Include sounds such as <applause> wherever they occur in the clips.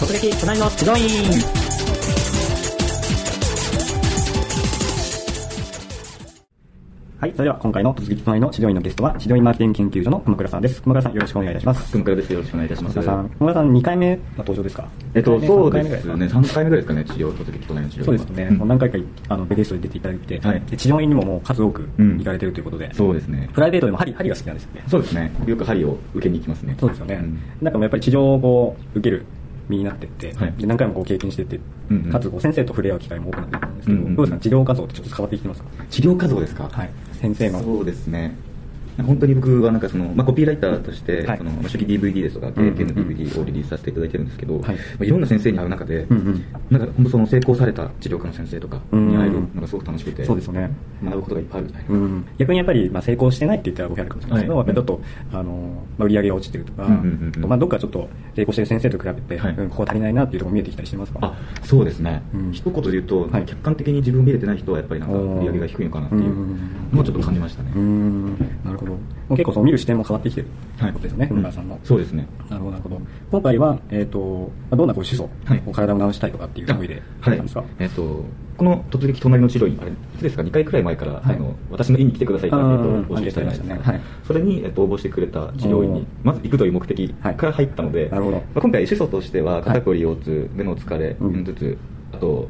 外歴隣の治療院はい、それでは今回の突撃隣の治療院のゲストは、治療院マーケティング研究所の熊倉さんです。熊倉さん、よろしくお願いいたします。くんからです。よろしくお願いいたしま熊す倉。さん、熊倉さん2回目の登場ですかえっと、二回目三回目そうでぐらいすね。3回目ぐらいですかね、治療を取っての治療そうですね、うんもう何回かあのゲストで出ていただいて、はいで治療院にももう数多くうん行かれてるということで、そうですね。プライベートでも針針が好きなんですよね。そうですね。よく針を受けに行きますね。そうですよね、んなんかもうやっぱり治療をこう受ける身になってって、はいで何回もこう経験してって、うんうんかつこう先生と触れ合う機会も多くなってきたんですけど、うんうんどうですか、治療画像ってちょっと変わってきてますか、治療画像ですかはい、先生の。そうですね。本当に僕はなんかその、まあ、コピーライターとして、はいそのまあ初期 DVD ですとか、経験のうんうんうん DVD をリリースさせていただいてるんですけど、はいまあ、いろんな先生に会う中で、うんうんなんか本当その成功された治療科の先生とかに会えるのがすごく楽しくて、そうですよね。学ぶことがいっぱいあるみたいな。うん、逆にやっぱり、まあ、成功してないって言ったら語弊あるかもしれないですけど、はいやっぱりちょっと、あのまあ、売り上げが落ちてるとか、うんうんうんうんまあ、どっかちょっと成功してる先生と比べて、はいうんここ足りないなっていうところ見えてきたりしてますかあそうですね、うん一言で言うと、はい客観的に自分を見れてない人はやっぱりなんかおー売り上げが低いのかなっていううんのをちょっと感じましたね、うーんなるほど。もう結構その見る視点も変わってきてるはってことですね、うん村さんの。そうですねなるほど、なるほど。今回は、えっ、と、まあどんなご思想、はいこう体を治したいとかっていう思いで、はなんいですか、えっとこの「突撃隣の治療院」あれいつですか2回くらい前から、はいあの私の院に来てくださいってあえっーと募集したじゃあないですか、りましたねはいそれに、えっと、応募してくれた治療院おーにまず行くという目的から入ったので、はいなるほどまあ、今回主訴としては肩こり腰痛、目の疲れうん片頭痛あと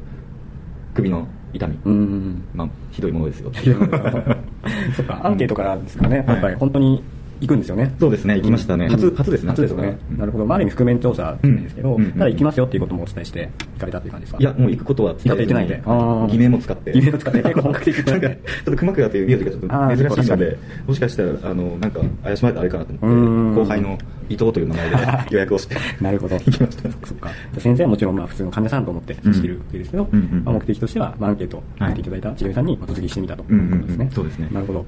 首の痛み、うー <laughs> ん。まあ、ひどいものですよ <laughs> そっか、アンケートからですかね、んやっぱり本当に行くんですよね。そうですね行きましたねうん初初ですね初ですよね。うんなるほど。まあ、ある意味覆面調査なんですけど、うんただ行きますよっていうこともお伝えして行かれたっていう感じですかいや、もう行くことは行かれてないんで。あー偽名も使って。偽名も使って、結構本格的 <laughs> なんか、ちょっと熊倉という名字がちょあーっと珍しいの確でか、もしかしたら、あの、なんか、怪しまれたらあれかなとう思んって、後輩の伊藤という <laughs> 名前で予約をして。なるほど。 <laughs> 行きましたそっかそっか。先生はもちろんまあ普通の患者さんと思って接してるわけですけど、うんうんうんまあ、目的としては、まあ、アンケートを入っていただいた治療院さんにまあ突撃してみたとうんいうことですね。うんうんそうですねなるほど。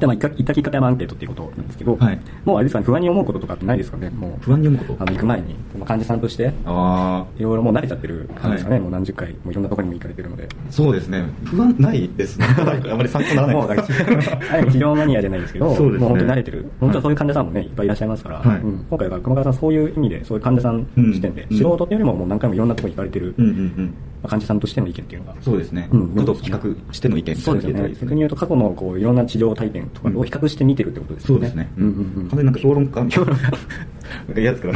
で、まあ、行った行ったきっかけはまあアンケートっていうことなんですけど、はいもうあれですかね、不安に思うこととかってないですかね、もう。不安に思うことあの、行く前に、まあ、患者さんとして、あいろいろもう慣れちゃってる感じですかね、はいもう何十回、もういろんなところにも行かれてるので。あ、そうですね。不安ないですね。 <laughs> あまり参考になもうらだなかいらです。ある意味治療マニアじゃないですけど、そうですねもう本当に慣れてる、本当はそういう患者さんもね、いっぱいいらっしゃいますから、はいうん今回は熊川さん、そういう意味で、そういう患者さん視点で、うん素人っていうよりももう何回もいろんなところに行かれてる、 <laughs> うんうまんうん。あ患者さんとしての意見っていうのが、そうですね。うこんとを比較しての意見そうですよね、逆に言うと、過去のこういろんな治療体験とかを比較して見てるってことですそようね。ですね。うんうんうん完全になんか評論家。評論家。なんか嫌ですけど。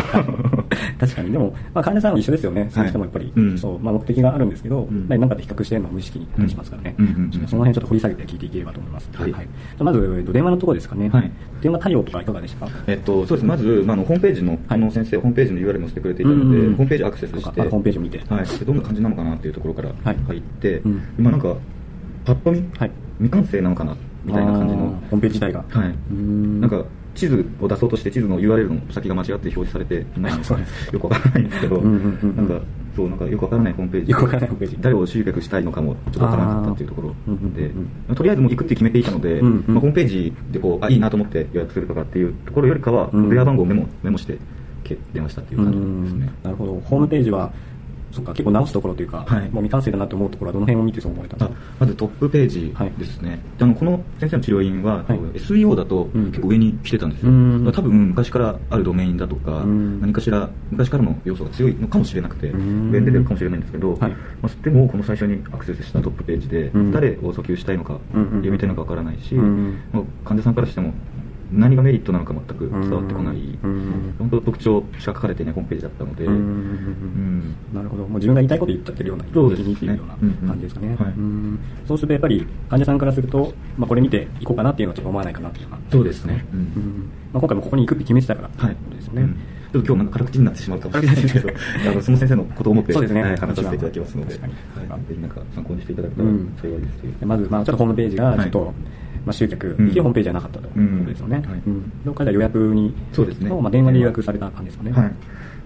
確かに、でも、まあ、患者さんは一緒ですよね、その人もやっぱり、うんそうまあ、目的があるんですけど、んやっぱりなんかで比較して、まあ、無意識に話しますからね、うんうんうんうんその辺ちょっと掘り下げて聞いていければと思います。はいじゃあまず、えっと電話のところですかね、はい電話対応とかいかがでしたか <laughs> えっと、そうです。まず、まあ、あのホームページの、あの先生、ホームページの URL もしてくれていたので、うんうんうんホームページアクセスそしうて、かあホームページを見てはい。でどんな感じなのかなっていうところからはい入って、うん今なんか、パッと見、はい未完成なのかな、みたいな感じあーの、ホームページ自体が。はうーい。んなんか、地図を出そうとして、地図の URL の先が間違って表示されていないのそうかで、 <laughs> よくわからないんですけど、うんうんうんうんなんか、そう、なんかよくわからないホームページ。よくわからないホームページ誰を集客したいのかも、ちょっとわからなかったっていうところあーうんうんで、うんまあとりあえずもう行くって決めていたので、うんうんまあ、ホームページでこう、あ、いいなと思って予約するとかっていうところよりかは、うん電話番号をメモ、メモして、け電話したっていうう感じですんね。なるほど。ホームページは、そっか、結構直すところというか、はいもう未完成だなと思うところはどの辺を見てそう思われたんであすかまずトップページですね、であのこの先生の治療院は、はい SEO だとうん結構上に来てたんですうよ、ん多分昔からあるドメインだとか、うん何かしら昔からの要素が強いのかもしれなくて、うん上に出てるかもしれないんですけど、はいまあ、でもこの最初にアクセスしたトップページで、うん誰を訴求したいのか、うん読みたいのかわからないし、うんまあ患者さんからしても何がメリットなのか全く伝わってこない、うん本当特徴しか書かれていないホームページだったので、うんうんなるほど。もう自分が言いたいこと言っちゃってるような、そうですね言い切ってるようなうんうん感じですかね。はいうんそうするとやっぱり患者さんからすると、まあ、これ見ていこうかなっていうのはちょっと思わないかなっていうのはそうですねううんんまあ、今回もここに行くって決めてたから、はいということですよね。うんちょっと今日なんか辛口になってしまうかもしれないですけど、あのその先生のことを思って、そうですねはい話させていただきますので、確かにはいぜひなんか参考にしていただけたうらん幸いですという。でまず、まあ、ちょっとホームページが、はいちょっと、まあ、集客、うんいいホームページはなかったということですよね。うんはいうん。どっかで予約に、そうですねまあ、電話で予約された感じですかね。はい。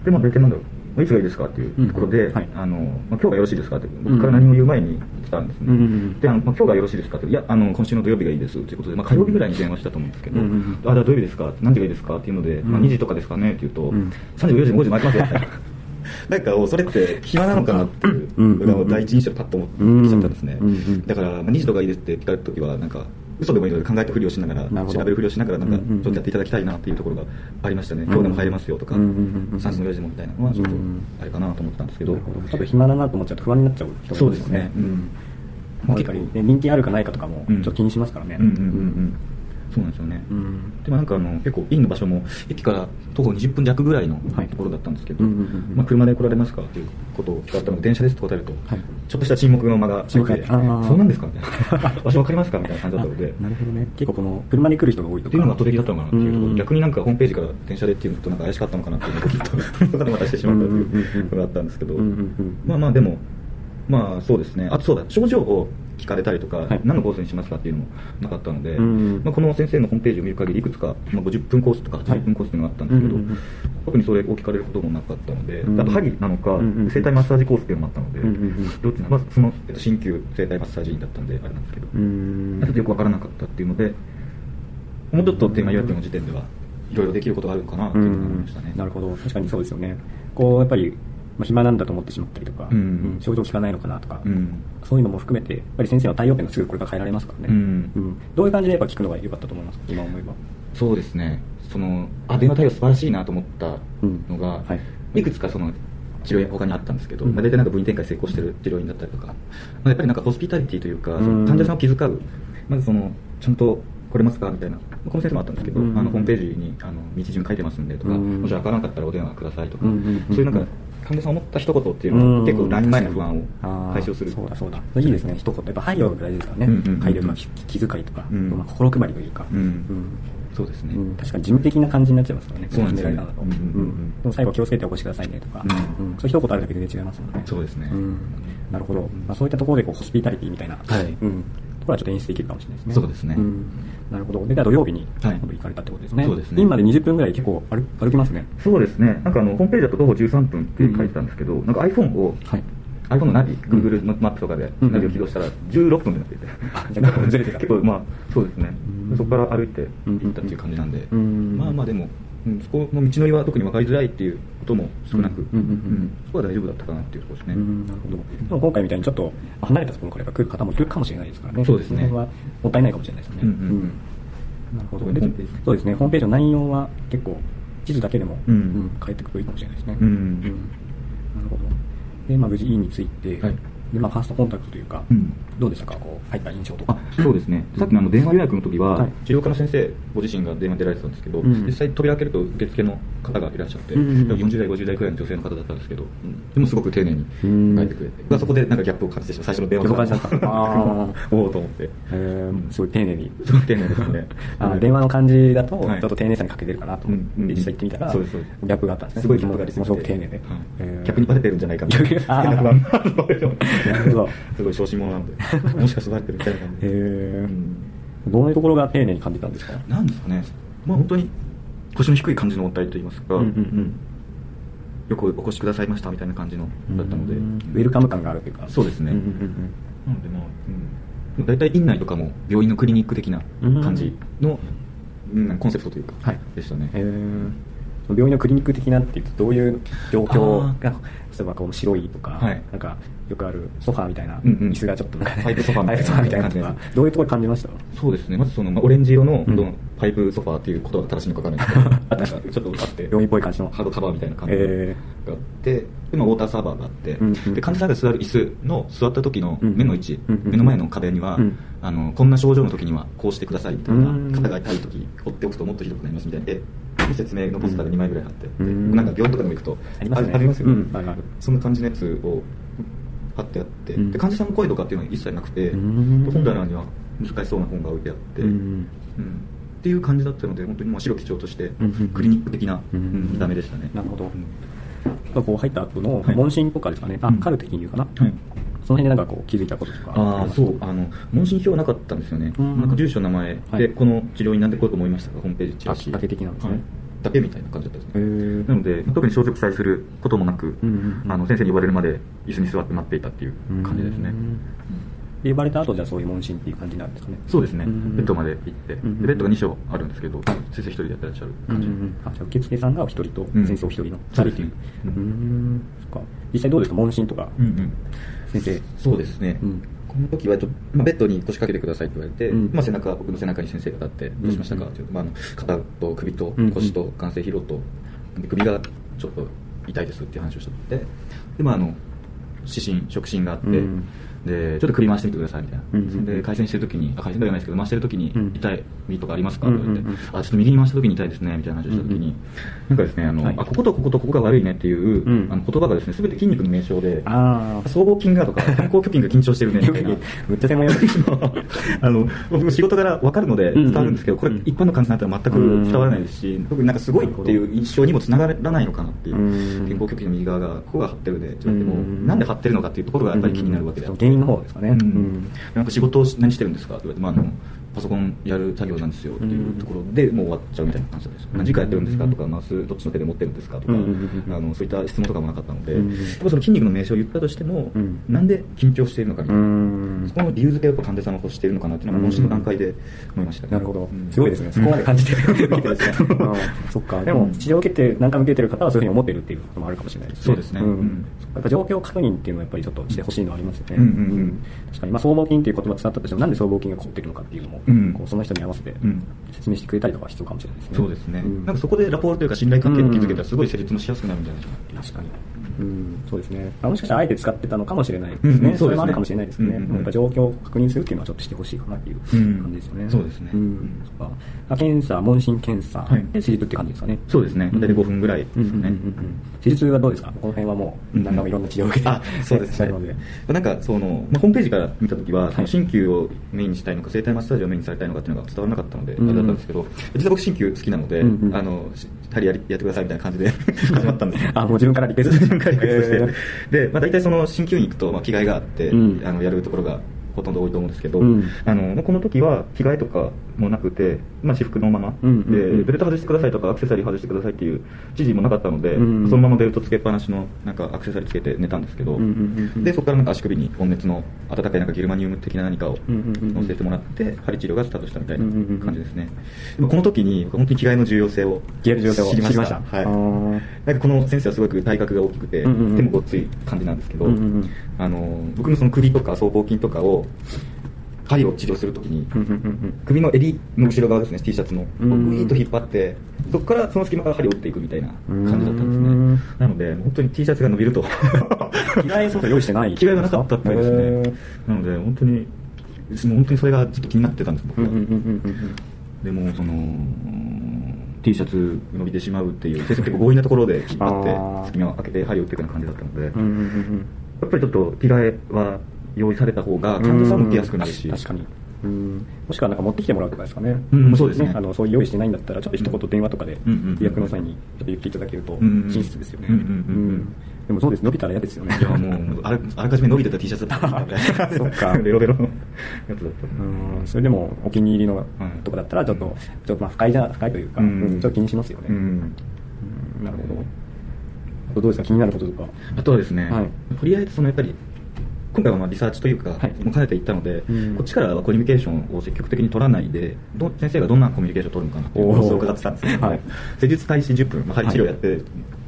で、まあ、大体なんだろう。いつがいいですかっていうところで、うんはいあの、まあ、今日がよろしいですかって、僕から何も言う前に来たんですね。うんで、あの、まあ、今日がよろしいですかって、いや、あの、今週の土曜日がいいですということで、まあ、火曜日ぐらいに電話したと思うんですけど、うんあ、じゃあ土曜日ですか何時がいいですかっていうので、まあ、うん2時とかですかねって言うと、ん3時も4時も5時もありますよって。 <laughs> なんか、それって暇なのかなっていううんのが第一印象でパッと思ってきちゃったんですね。うんうんだから、まあ、2時とかいいですって聞かれたときは、なんか、嘘でもいいので考えたふりをしながらなるほど調べるふりをしながらなんかうんうんちうんょっとやっていただきたいなっていうところがありましたね、ん今日でも入れますよとか、うんうんうんうん3時の4時もみたいなのはちょっとあれかなと思ったんですけど、ちょっと暇だなと思っちゃうと不安になっちゃう人がいそうまですよすね、うんまあやっぱりね人気あるかないかとかもちうんょっと気にしますからねうんうんうんうんそうなんですよね、うんうんでもなんかあの結構インの場所も駅から徒歩20分弱ぐらいのはいところだったんですけど、うんうんうんうんまあ、車で来られますかっていうことを聞かれたので電車ですと答えると、はいちょっとした沈黙の間が沈入っ黙てがあーそうなん <laughs> ですかみたいな場所わかりますかみたいな感じだったのであなるほどね結構この車で来る人が多いとっかていうのが圧倒的だったのかなっていうところうんで逆になんかホームページから電車でっていうのとなんか怪しかったのかなっていうのをちょっと <laughs> またしてしまったっていうのがあったんですけど、うんうんうんまあまあでもまあそうですねあとそうだ症状を聞かれたりとか、はい何のコースにしますかっていうのもなかったので、うんまあ、この先生のホームページを見る限りいくつか、まあ、50分コースとか80分コースっていうのがあったんですけど、うんうんうん特にそれを聞かれることもなかったので、うんあと萩なのか、うんうんうん生体マッサージコースっていうのもあったので、うんうんうんどっちなのまあそのえっと鍼灸生体マッサージ院だったんであれなんですけど、うちょっとんよくわからなかったっていうので、もうちょっとテーマ予約の時点では、いろいろできることがあるのかなってういうのを思いんましたね。なるほど確かにそうですよねこうやっぱりまあ暇なんだと思ってしまったりとかうんうん症状聞かないのかなとかうんそういうのも含めてやっぱり先生の対応点がすぐこれから変えられますからねうんうんどういう感じでやっぱ聞くのが良かったと思いますか今思えばそうですね、そのあ電話対応素晴らしいなと思ったのが、、うんはいくつかその治療院他にあったんですけど、うんまあ、大体なんか部員展開成功してる治療院だったりとか、まあ、やっぱりなんかホスピタリティというか、うんその患者さんを気遣う、まずそのちゃんと来れますかみたいな、まあこの先生もあったんですけど、うんあのホームページにあの道順書いてますんでとか、うんもし分からなかったらお電話くださいとか、うんうんうんそういうなんか患者さんを思った一言っていうのは、結構、ライン前の不安あをー解消する。そうだそうだいいですね一言やっぱ配慮が大事ですからね、うんうんうん配慮とか気気遣いとか、うんまあ、心配りというか、うんそうですね、うんうん確かに事務的な感じになっちゃいますからねそうなんですよねこの決うんめられ方だとうんうんうんでも最後気をつけてお越しくださいねとか、うんうんそういう一言あるだけで全然違いますもんねそうですねんなるほど、まあ、そういったところでこうホスピタリティみたいな、はいうんところはちょっと演出できるかもしれないですねそうですねんなるほどでじゃあ土曜日にはい今度行かれたってことですね、そうですね今まで20分ぐらい結構歩歩きますねそうですね、なんかあのホームページだと徒歩13分って書いてたんですけど、なんか iPhone を、はい iPhone のナビ、Google のマップとかでうんナビを起動したら16分になっていて、じゃあ結構ずれてた結構、 <laughs> まあ、そうですねうん、そこから歩いて行ったっていう感じなんで、うんまあまあ、でも、うんそこの道のりは特に分かりづらいっていうことも少なく、うんうんうんうんうんそこは大丈夫だったかなっていうところですね。なるほど。でも今回みたいにちょっと離れたところからやっぱ来る方もいるかもしれないですからね。そうですねの辺はもったいないかもしれないですね。うんうんうんなるほど。特にホームでページそうですね。ホームページの内容は結構地図だけでも、うん変えてくるといいかもしれないですね。うんなるほど。で、まあ無事 E について、はいで、まあファーストコンタクトというか、うんどうでしたかこう入った印象とかあ。そうですね、さっきのあの電話予約の時は、はい治療科の先生ご自身が電話出られてたんですけど、うん実際、扉開けると受付の方がいらっしゃって、うんうんうん40代、50代くらいの女性の方だったんですけど、でもすごく丁寧にうん書いてくれて、まあそこでなんかギャップを感じてしまう、最初の電話ギャ <laughs> ップを感じたあおおと思って、えー、すごい丁寧に。。すごく丁寧ですね <laughs> あ電話の感じだと、ちょはっいと丁寧さに欠けてるかなと思って、うんうん実際行ってみたら、そうですそうですギャップがあったんですね。すごいギャップがありすぎもうてすごく丁寧で。はいえー逆にバレてるんじゃないかみたいなあー <laughs> 変な不安もあるのでなるほど <laughs> すごい小心者なんでもしかしてバレてるみたいな感じへで、うえんどういうところが丁寧に感じたんですかなんですかね、まあ、本当に腰の低い感じの音体といいますか、うんうんうんよくお越しくださいましたみたいな感じのだったので、うんウェルカム感があるというかそうですねんうんなので、まあうん、大体院内とかも病院のクリニック的な感じの、うんコンセプトというか、はいでしたねうんへー病院のクリニック的なっていうとどういう状況あーが例えばこう白いとか、はいなんかよくあるソファーみたいなうんうん椅子がちょっとなんかねパイプソファーみたいなパイプソファみたいなとか感じですどういうところ感じましたそうですねまずその、まあ、オレンジ色の,、うんどのパイプソファーっていうことが正しいのかわか <laughs> らないですけどなんかちょっとあって病院っぽい感じのハードカバーみたいな感じえがあって、でまあ、ウォーターサーバーがあって、うんうんで患者さんが座る椅子の座った時のうん目の位置、うんうん目の前の壁には、うんあのこんな症状の時にはこうしてくださいみたいな、うん肩が痛い時折っておくともっとひどくなりますみたいなで説明のポスターが2枚ぐらい貼って、うんでなんか病院とかでも行くとありますねありますよね、うんあるあるそんな感じのやつを貼ってあって、うんで患者さんの声とかっていうのは一切なくて、うんで本棚には難しそうな本が置いてあって、ーうんうんっていう感じだったので本当にまあ白基調としてんうんクリニック的な、ううんん見た目でしたねなるほどうんやっぱこう入った後のはい問診とかですかね、うあんカルテっていうかな、はいその辺でなんかこう気づいたこととかありあますそうあの問診票なかったんですよね、うんなんか住所名前はいでこの治療院なんで来ようと思いましたかホームページチラあシきっかけ的なんですねはいだけみたいな感じだったんですへね、ーなので特に症状記載することもなく、うんうんうんあの先生に呼ばれるまで椅子に座って待っていたっていう感じですね、うんうんで呼ばれた後じゃあそういう問診っていう感じなんですかねそうですね、うんうんベッドまで行って、んうんでベッドが2床あるんですけど、先生一人でやってらっしゃるうんう感んじ、うんあじゃあ受付さんがお一人とうん先生お一人の二人というそうですねうんそっか実際どうですか問診とかうんうん先生そうですね、うんこの時はちょ、まあ、ベッドに腰掛けてくださいって言われて、うんまあ、背中僕の背中に先生が立って「どうしましたか?」うんって言うと、まあ、あの肩と首とうん腰と関節疲労とで首がちょっと痛いですっていう話をしててで、まあ、あの指針触診があって、うんでちょっと首回してみてくださいみたいな、うんで回線してる時にあ回線ではないですけど回してる時にうん痛い右とかありますかうっんて言われて、うんうんあちょっと右に回した時に痛いですねみたいな話をした時に、うんなんかですねあの、はいあこことこことここが悪いねっていう、うんあの言葉がですね全て筋肉の名称でああ僧帽筋がとか、肩甲筋が緊張し <laughs> てるねみたい <laughs> な。めっちゃ専門用語あの <laughs> 僕も仕事から分かるのでうんうん伝わるんですけど、これ、うん一般の患者さんだったら全く伝わらないですし、特になんかすごいっていう印象にもつながらないのかなっていう、うん肩甲距離の右側が、ここが張ってるで、ちょっともううんなんで張ってるのかっていうところがやっぱり気になるわけであって、原因の方ですかねううんんなんか仕事をし何してるんですかって言われて、まああの、パソコンやる作業なんですよっていうところで、もう終わっちゃうみたいな感じです、うん何時間やってるんですかとか、マウスどっちの手で持ってるんですかとか、うんうんうんあのそういった質問とかもなかったので、うんやっぱその筋肉の名称を言ったとしても、うんなんで緊張しているのかみうたいな。んそこの理由付けをやっぱ患者さんの方しているのかなっていうのは、この診の段階で思いましたね。なるほどうんすごいですねそこまで感じ <laughs> てるうん見てですねうん <laughs> そっかでも治療を受けて何回も受けてる方はそういうふうに思ってるっていうこともあるかもしれないですねそうですねんうんやっぱ状況確認っていうのはやっぱりちょっとしてほしいのはありますよねうんうんうん確かにまあ僧帽筋っていう言葉を使ったとしてもなんで僧帽筋が凝ってるのかっていうのもうんこうその人に合わせてうん説明してくれたりとかは必要かもしれないですねそうですね。んなんかそこでラポールというか信頼関係を築けたら、すごい施術もしやすくなるんじゃないかなっていう確かに。うん、そうですね。あもしかしたらあえて使ってたのかもしれないですね。うんうんそれもあるかもしれないですけどね。うんうんうんやっぱ状況を確認するっていうのはちょっとしてほしいかなっていううん感じですよね。そうですねううんん。そっかあ検査、問診検査はいで施術って感じですかね。そうですね。大体5分ぐらいですうんね。うんうんうん。施術はどうですかこの辺はもう、何回もいろんな治療を受けて、あそうですね。ねなので。なんかその、まあ、ホームページから見たときは、そはのい鍼灸をメインにしたいのか、整体マッサージをメインにされたいのかっていうのが伝わらなかったので、うんあれだったんですけど、実は僕、鍼灸好きなので、うんうんあのし針やりやってくださいみたいな感じで始まったんで <laughs> すよあ、もう自分からリクエスト。自分からリクエストしてえ、で、まあ、大体その鍼灸に行くと、まあ、着替えがあって、うんあのやるところがほとんど多いと思うんですけど、うんあのまあこの時は着替えとかもなくて、まあ、私服のまま、うんうんうんでベルト外してくださいとかアクセサリー外してくださいっていう指示もなかったので、うんそのままベルトつけっぱなしのなんかアクセサリーつけて寝たんですけど、うんうんうんでそこからなんか足首に温熱の温かいなんかゲルマニウム的な何かをうんうんうんうん乗せてもらって針治療がスタートしたみたいなうんうんうん感じですね、でもこの時に僕本当に着替えの重要性を着替えの重要性を知りま知りまししたたはいあーなんかこの先生はすごく体格が大きくて、うんうんうん手もごっつい感じなんですけど、うんうんうんあの僕のその首とか僧帽筋とかを針を治療するときに、うんうんうん首の襟の後ろ側ですね T シャツのグイうんーッと引っ張ってそこからその隙間から針を打っていくみたいな感じだったんですうんねなので本当に T シャツが伸び <laughs> ると着替えそうそう用意してない着替えがなかったっていうですへねなので本当にもう本当にそれがちょっと気になってたんですう僕んは、うんうんうんうん。でもそのうん T シャツ伸びてしまうっていう先生結構強引なところで引っ張あっーて隙間を開けて針を打っていくような感じだったので、うんうんうんうん。やっぱりちょっと着替えは用意された方が患者さんも受けやすくなるし、うん確かに。うんもしくはなんか持ってきてもらうとかですかね。うんそうですねあの、そういう用意してないんだったら、ちょっと一言電話とかでうんうんうん、予約の際にちょっと言っていただけると、んうん親切ですよね。ううんうんうんうんんでもそうです、伸びたら嫌ですよね。いやもうあれあらかじめ伸びてた T シャツだったんでそっかベロベロのやつだったんでうんそれでもお気に入りのんとこだったらちょっと,、ちょっとまあ不快じゃ不快というか、うんうんちょっと気にしますよね、うんうんなるほどあとどうですか気になることとかあとはですね、はいとりあえずそのやっぱり今回はまあリサーチというか、はいもう兼ねていったので、うんこっちからはコミュニケーションを積極的に取らないで、ど先生がどんなコミュニケーションを取るのかなっていう様子を伺ってたんですけど、おーはい施術開始10分、まあ、針治療やって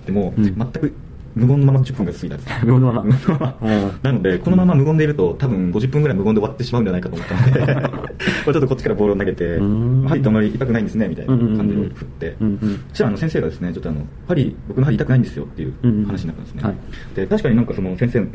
ても、うん全く無言のまま10分が過ぎたんです <laughs> 無言のまま無言のままうんなので、このまま無言でいると、多分50分ぐらい無言で終わってしまうんじゃないかと思ったの <laughs> で、 <laughs> これちょっとこっちからボールを投げて、うん針ってあんまり痛くないんですねみたいな感じを振ってうんうんうんうんうんうん、そしたらあの先生がですね、ちょっとあの針、僕の針痛くないんですよっていううんうん話になったんですね。はいで確かになんかその先生の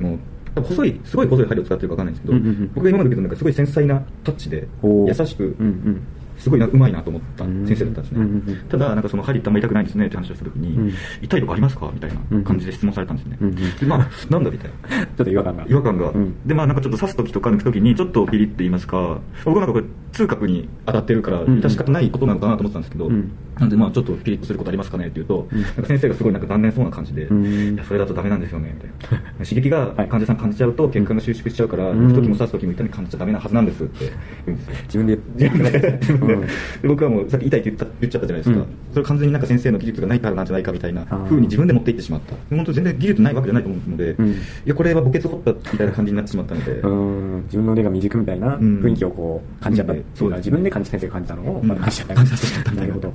多分細いすごい細い針を使ってるかわかんないんですけど、うんうんうん僕が今まで見たなんかすごい繊細なタッチでお優ーしくうんうんすごいなうまいなと思ったうん先生だったんですね、うんうんうんただなんかその針ってあんまり痛くないんですねって話をした時に、うん痛いとこありますかみたいな感じで質問されたんですね、うんうんでまあなんだみたいちなょっと違和感が違和感が、うんでまあなんかちょっと刺す時とか抜く時にちょっとピリって言いますか僕なんかこれ痛覚に当たってるからんうん致し方ないことなのかなと思ってたんですけど、うんなんでまあちょっとピリッとすることありますかねって言うと、うんなんか先生がすごいなんか残念そうな感じで、うんいやそれだとダメなんですよねみたい <laughs> な刺激がはい患者さん感じちゃうと血管が収縮しちゃうから、うん抜く時も刺す時も痛み感じちゃダメなはずなんですって言うんですよ自分で <laughs> 自分で自分でうんで僕はもうさっき痛いって言った言っちゃったじゃないですか、うんそれ完全になんか先生の技術がないからなんじゃないかみたいなー風に自分で持っていってしまった本当全然技術ないわけじゃないと思うので、うんいやこれは墓穴掘ったみたいな感じになってしまったので、うん自分の腕が未熟みたいなうん雰囲気をこう感じちゃったっていうそうのはですね自分で感じ先生が感じたのをうん感じちゃった感じさせちゃったみたない <laughs> なるほど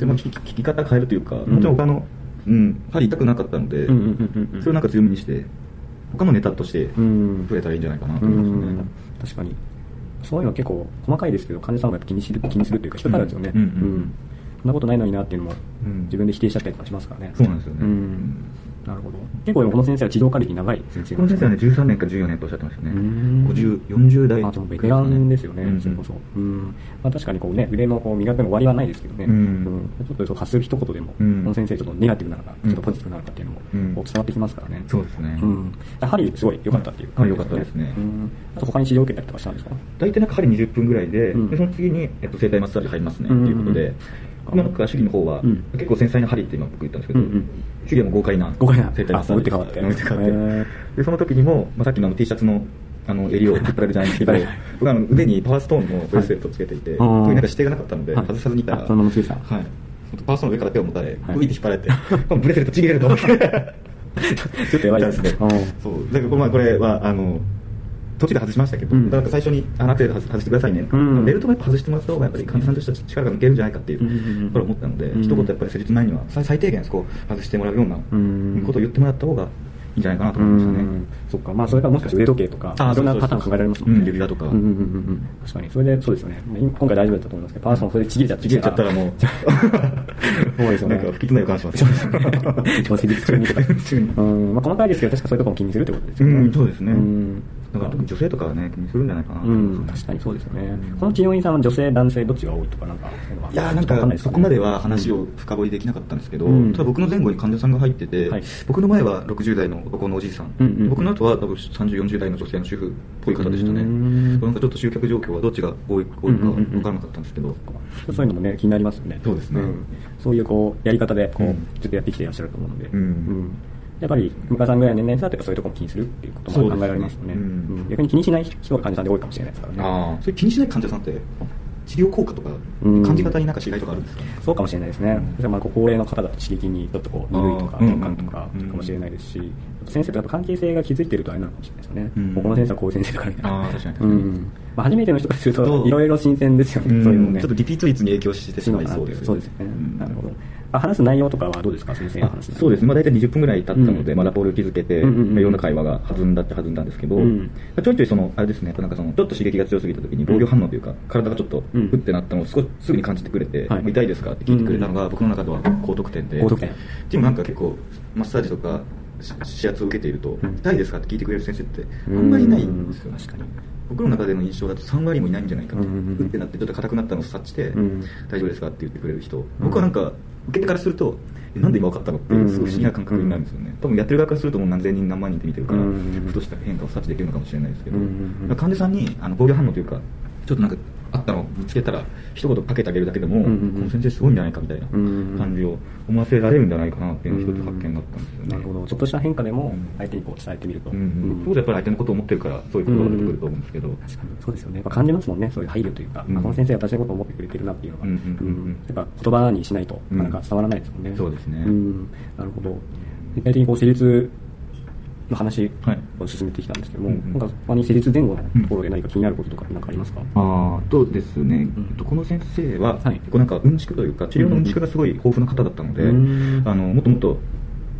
でまあ聞き聞き方変えるというか、んもちろん他の、うん、針痛くなかったので、うんうんうんうんうんそれをなんか強みにして他のネタとしてうん増えたらいいんじゃないかなとう思いますん確かにそういうの結構細かいですけど患者さんがやっぱ気にする気にするというか人からですよねうんうんそんなことないのになっていうのもうん自分で否定しちゃったりとかしますからねそうなんですよねんなるほど結構でもこの先生は治療科歴長い先生この先生はねね13年か14年とおっしゃってましたねうん50 40代あでもベテランですよね、うんうんそれこそ、うんまあ、確かにこう、ね、腕のこう磨くの終わりはないですけどね、うんちょっとそう発する一言でも、うんこの先生、ちょっとネガティブなのか、うんちょっとポジティブなのかっていうのも、うんこう伝わってきますからね、そうですね、うん、やはりすごい良かったっていう感じよ、はい良かったですねうん、あと他に治療を受けたりとかしたんですか、 <laughs> 大体なんか針20分ぐらいで,、うんでその次に、えっと、整体マッサージ入りますねっうてんうんうんいうことで、今の詳しいの方は、うん結構繊細な針って今僕言ったんですけど、うんうん次はもう豪快な豪快な整体マッサージあ打って変わって打変わってへーでその時にも、まあ、さっきのあの T シャツのあの襟を引っ張られるじゃないんですけどはいはい僕はあの腕にパワーストーンのブレスレットをつけていて、いこういうなんか指定がなかったので、はい外さずにいたらあそのままつけてたはいパワーストーンの上から手を持たれ、グはい、イって引っ張られて、ブレスレットちぎれると思ってちょっとやばいでですすねね <laughs> うん。そう、だからこれまあこれは、あの、途中で外しましたけど、うんなんか最初にあなたで外してくださいね、うんベルトもやっぱ外してもらった方がやっぱり患者さんとしては力が抜けるんじゃないかっていううんうんうんこれ思ったので、うん一言やっぱり施術前には最最低限そこを外してもらうようなうんことを言ってもらった方がいいんじゃないかなとう思いましたね。ん、そっか、まあ、それからもしかして腕時計とか、あいろんなパターン考えられますもんね。うん指輪とかうんうんうんうん。確かに。それで、そうですよね。まあ今回大丈夫だったと思いますけど、パーソンそれでちぎれちゃった。、ちぎれちゃったらもうそうですよね。なんか不吉な予感しますそうですね。調整術中 <laughs> にとか。中にうん。まあ、細かいですけど、確かそういうとこも気にするってことですよね。うんそうですねうんだから特に女性とかはね、気にするんじゃないかなとう思いますねん、確かにそうですよね。この治療院さんは女性、男性、どっちが多いとか、なんか、いやーなんわかいすそねこまでは話を深掘りできなかったんですけど、うんただ僕の前後に患者さんが入ってて、はい僕の前は60代の男のおじいさん、うんうん僕の後は多分30、40代の女性の主婦っぽい方でしたね、うんなんかちょっと集客状況はどっちが多い多いか分からなかったんですけど、そういうのもね、気になりますよね。そうですねんそういうこう、やり方で、こう、うんちょっとやってきていらっしゃると思うので。うんやっぱり、向川さんぐらいの年齢差とかそういうところも気にするっていうことも考えられますよね。そうですねうんうん逆に気にしない人が患者さんで多いかもしれないですからね。あーそれ気にしない患者さんって、治療効果とか、うん感じ方になんか違いとかあるんですかね、そうかもしれないですね。そしたらまあご高齢の方だと刺激にちょっとこう、鈍いとか、あー鈍感とかうんうんうんかもしれないですし、先生とやっぱ関係性が気づいてるとあれなのかもしれないですよね。うんもうこの先生はこういう先生だからみたいな。あー確かうに確かにん。まあ初めての人からするそと、ういろいろ新鮮ですよね。そういうのね。ちょっとリピート率に影響してしまいそうですそうですよね。んなるほど。あ話す内容とかはどうですか、先生のあ話。そうですね、まあ、大体20分ぐらい経ったので、うんまあ、ラポール気づけて、うんうんうんいろんな会話が弾んだって弾んだんですけど、うんまあちょいちょいその、あれですね、やっぱなんかそのちょっと刺激が強すぎた時に防御反応というか、体がちょっとうんうってなったのを少しすぐに感じてくれて、はい痛いですかって聞いてくれたのが、僕の中では高得点で、高得点でもなんか結構、マッサージとか、し指圧を受けていると、ん痛いですかって聞いてくれる先生って、あんまりないんですよ、うん確かに僕の中での印象だと3割もいないんじゃないかみたいな、ううんうんうんってなって、ちょっと硬くなったのを察知して、うん大丈夫ですかって言ってくれる人、僕はなんか、受け手からすると、えなんで今分かったのっていう、すごい不思議な感覚になるんですよね、多分やってる側からすると、もう何千人、何万人って見てるから、うんうんうんふとした変化を察知できるのかもしれないですけど、うんうんうんだから患者さんにあの防御反応というか、ちょっとなんか、あったのを見つけたら、一言かけてあげるだけでも、んうんうんこの先生、すごいんじゃないかみたいなうんうんうん感じを思わせられるんじゃないかなっていうのが一つ発見があったんですよね。なるほど。ちょっとした変化でもうん、相手にこう伝えてみると。うんうん、そううんするとやっぱり相手のことを思ってるから、そういう言葉が出てくると思うんですけど、確かにそうですよね。やっぱ感じますもんね、そういう配慮というか、うんあこの先生は私のことを思ってくれてるなっていうのが、うんうんうんうんやっぱ言葉にしないと、なかなか伝わらないですもんね。うんそうですねんなるほど。具体的にこう、施術の話はいを進めてきたんですけども、うんうんなんか他に施術前後のところで何か気になることとか、なんかありますか、あーとですね、うんえっとこの先生は、はい結構なんかうんちくというか治療のうんちくがすごい豊富な方だったので、うんあのもっともっと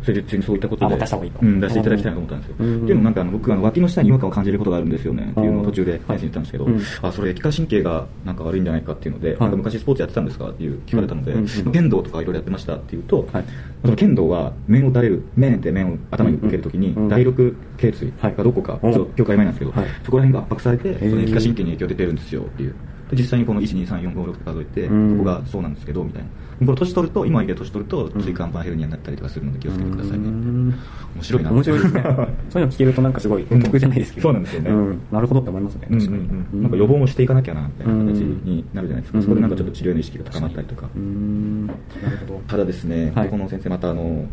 施術中にそういったことであ出した方がいいとうん、出していただきたいなと思ったんですよ、うんっていうのもなんかあの僕あの脇の下に違和感を感じることがあるんですよねっていうのを途中で先生に言ったんですけど、うんあそれ液化神経がなんか悪いんじゃないかっていうので、いなんか昔スポーツやってたんですかっていう聞かれたので、うんうん剣道とかいろいろやってましたっていうと、はいその剣道は面を打たれる面って面を頭に受けるときに、うん第六頸椎がどこか、はいちょっと境界前なんですけど、はいそこら辺が圧迫されてーその液化神経に影響出てるんですよっていう。で実際にこの12345って数えて、こうんこがそうなんですけどみたいなこれ年取ると今いで年取ると椎間板ヘルニアになったりとかするので気をつけてくださいねうん面白いな。面白いですね <laughs> そういうの聞けるとなんかすごいうん得じゃないですけど。そうなんですよねんなるほどって思いますね。うんう確んかにうん、なんか予防もしていかなきゃなみたいな形になるじゃないですか、うんそこでなんかちょっと治療への意識が高まったりとか、うん。なるほど。ただですね、はいこの先生、またあの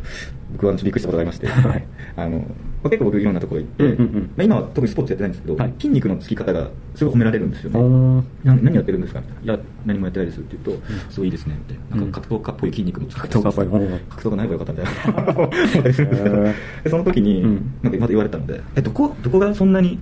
僕はちょっとびっくりしたことがありまして、はいあのまあ結構僕、いろんなところ行って、うんうんうんまあ、今は特にスポーツやってないんですけど、はい筋肉のつき方がすごい褒められるんですよね。おーな何やってるんですかみたいな。いや、何もやってないですって言うと、すごいいいですね、みたいな。なんか格闘家っぽい筋肉の使い方格闘家っぽいうん格闘家ない方がよかったみたいな。思ったりするんですけどへーでその時に、うんなんかまた言われたので、え、どこ、どこがそんなに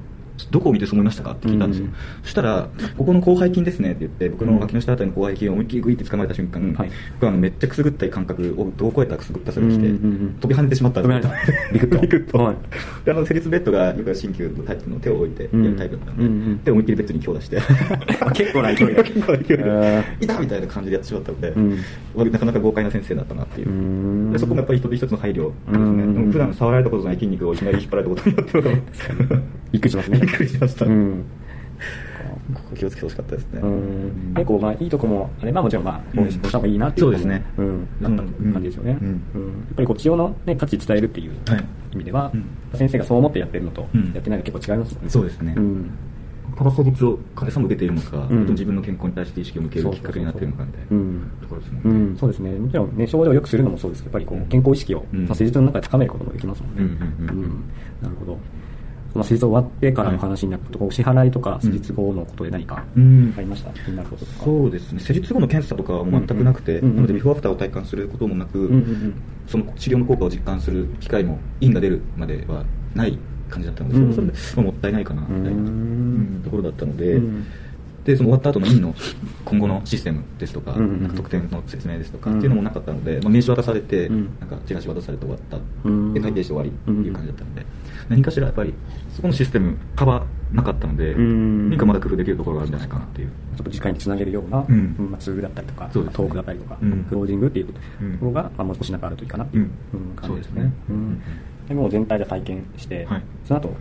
どこを見てそう思いましたかって聞いたんですよ、うんそしたらここの広背筋ですねって言って僕の脇の下あたりの広背筋を思いっきりグイって掴まれた瞬間、はい僕はあのめっちゃくすぐったい感覚をどう超えたくすぐったさが来て、うんうんうん飛び跳ねてしまったんですよ <laughs> 飛び跳ねたビクッと、はいであのセリスベッドが僕は新旧のタイプの手を置いてやるタイプだったんで、うんうんうんで思いっきりベッドに強打して <laughs> 結構な勢いだ結構な勢いでへ <laughs> いたみたいな感じでやってしまったので、ん僕なかなか豪快な先生だったなっていうーんでそこもやっぱり一つ一つの配慮ですうね、んうんうんでも普段触られたことない筋肉をいきなり引っ張られたことになってるからびっくりしますねびっくりしました、うんここ気をつけてほしかったですね、うん結構まあいいとこもあればもちろんまあ応援した方がいいなっていうそうですねうんなった感じですよねうんうんやっぱりこう治療のね価値伝えるっていうはい意味ではうん先生がそう思ってやってるのとうんやってないの結構違いますよねそうですねんただそいつを彼さんも出ているのか、うんあと自分の健康に対して意識を向けるきっかけになっているのかみたいなうんところですもんうね、ん、そうですね、もちろん、ね、症状を良くするのもそうですけど、やっぱりこう健康意識を、うんまあ、施術の中で高めることもできますもんね。うんうんうんなるほど。まあ、施術終わってからの話になると、こう支払いとか施術後のことで何かうんありました、気になることとか。そうですね施術後の検査とかはもう全くなくて、うんうんうんうんなのでビフォーアフターを体感することもなく、うんうんうんその治療の効果を実感する機会も、因が出るまではない感じだったので、うんそれはそれでまあもったいないかなみたいなうんうんところだったので、うんでその終わった後の院の今後のシステムですとか、うんうんうんなんか特典の説明ですとかうんっていうのもなかったので、まあ、名刺渡されて、うんなんかチラシ渡されて終わった、うんで会計して終わりっていう感じだったので、何かしらやっぱり、そこのシステム、変わなかったので、うん何かまだ工夫できるところがあるんじゃないかなっていう。ちょっと次回につなげるような、うんうんまあ、ツールだったりとか、そうですねトークだったりとか、うんクロージングっていうところが、うんまあ、もう少しなんかあるといいかなってういんう、うん感じですね。そうですねうんでもう全体で体験して、はいその後こ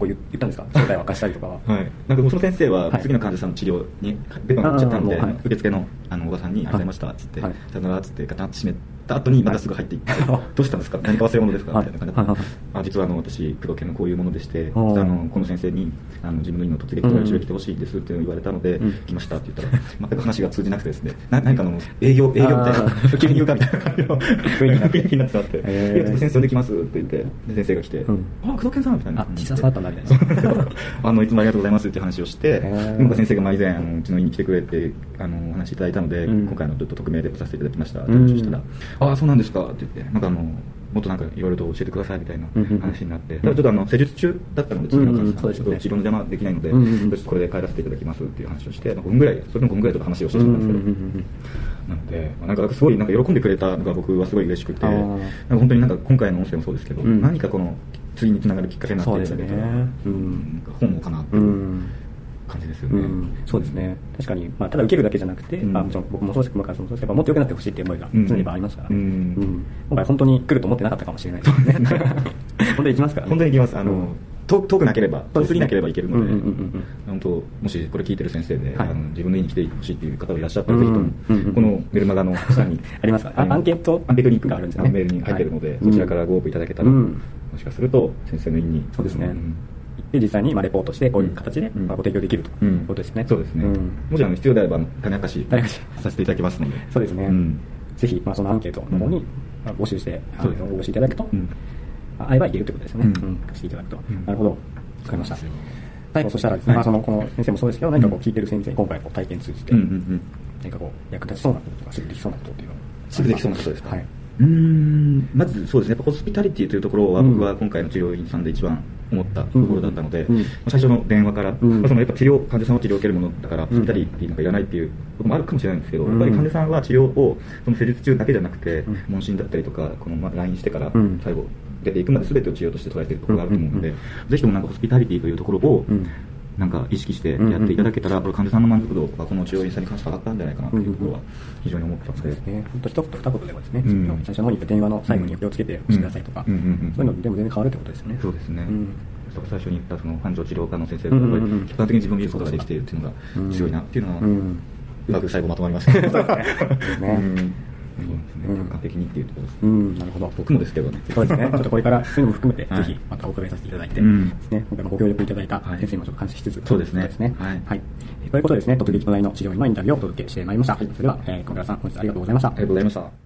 う言言ったんですか、正体を明かしたりとかは。はい、なんかもうその先生ははい次の患者さんの治療にベタが乗っちゃったので、あーもうはい受付のあのおばさんに「ありがとうございました」っつってはい「さよなら」っつってガタンと閉めた後にまたすぐ入っていってはい「どうしたんですか何か忘れ物ですか?」はみいたいな感じではいはいあ実はあの私工藤研のこういうものでしてあおーのこの先生にあの自分の院の突撃を一緒に来てほしいんです」っていうのを言われたのでうん「来ました」って言ったら全く話が通じなくてですねな何かの営業営業みたいあなー金融かみたいな感じの <laughs> 雰囲気になってしまって「いへーやちょっと先生呼んできます」って言ってで先生が来てうん「あ工藤研さん」みたいなあ T シャツあったんだみたいなそう <laughs> あのいつもありがとうございますっていう話をしてへー、向田先生がまあ以前あのうちの院に来てくれてあのお話しいただいたので、うん今回のちょっと匿名で来させていただきましたって話をしたら、ああそうなんですかって言って、なんかあのもっとなんかいろいろと教えてくださいみたいなうんうん話になって、ただちょっとあの施術中だったので次のうんう患んそ者さうんですちょよねっと治療の邪魔できないので、うんうんうんちょっとこれで帰らせていただきますっていう話をして、なんか5分ぐらいそれでも5分ぐらいちょっと話をしてたんですけど。なので、まあなんかすごいなんか喜んでくれたのが僕はすごい嬉しくて、あーなんか本当になんか今回の音声もそうですけど、うん何かこの次につながるきっかけになっていただけたら、そうですねうんなんか本望かなってういうん感じですようね。ん、そうですね、確かに、まあ、ただ受けるだけじゃなくて、うんまあ、もちろん僕もそうですけど、向井さんもそうですけど、もっと良くなってほしいっていう思いが常うんにやっぱありますからね、うん今回、本当に来ると思ってなかったかもしれない <laughs> ですね、本当に行きますからね、本当にいきます。あの、うん遠遠くなければ、そうです遠ねすぎなければいけるので、うんうんうん本当、もしこれ聞いてる先生で、はいあの自分の家に来てほしいという方がいらっしゃったら、ぜひともうんうんうん、このメルマガの下に <laughs> ありますかあのアンケートアンケートリンクがああるるんでんですすねメールに入ってるので、はいそちらからご応募いただけたら、うんもしかすると、先生の院に。そうですねん行って実際にまあレポートして、こういう形でうんまあご提供できるということですね、そうですね。んもしあの必要であれば、種明かし種明かしさせていただきますので。そうですね、んぜひ、まあ、そのアンケートの方うにんまあ募集して、あそのうですね応募していただくと、うんあ会えばいけるということですよね、ううんんしていただくと、うんなるほど、わかりましたそうな最んですよ。後、そしたらですね、はいまあ、そのこの先生もそうですけど、何かこううん聞いてる先生に今回こう体験通じて、うんうんうん。何かこう役立ちそうなこととかすぐできそうなことっていうのはすぐできそうなことですか、はい、うーんまずそうですねやっぱホスピタリティというところはうん僕は今回の治療院さんで一番思ったところだったので、うんうん最初の電話から、うんまあ、そのやっぱ治療患者さんは治療を受けるものだからんホスピタリティなんかいらないっていうこともあるかもしれないんですけど、うんやっぱり患者さんは治療をその施術中だけじゃなくて、うん問診だったりとかこのまあ LINE してからうん最後出ていくまで全てを治療として捉えているところがあると思うので、うんうぜひともなんかホスピタリティというところを、うんなんか意識してやっていただけたら、これ患者さんの満足度がこの治療院さんに関して上がったんじゃないかなというところは非常に思ってますそうですね、本当、一言、二言でもですね、うん最初の方に言った電話の最後に気をつけておしてくださいとか、うんうんうんうんそういうのでも全然変わるってことですよね。そうですね、ん最初に言ったその繁盛治療科の先生うが、んうやっんうぱんり客観的に自分を見ることができているっていうのうんが強いなっていうのは、ううんまく最後まとまりましたね。そでうすねんそうですねうん客観的にっていうところです。うん、なるほど。僕もですけどね。そうですね。ちょっとこれからそういうのも含めて、はいぜひまたお伺いさせていただいて、うんですね、今回もご協力いただいたはい先生にもちょっと感謝しつつ、そうですねははいい。はいえーということでですね、突撃隣の治療院のインタビューをお届けしてまいりました。それでは、えー、小倉さん、本日はありがとうございましたありがとう。ございました。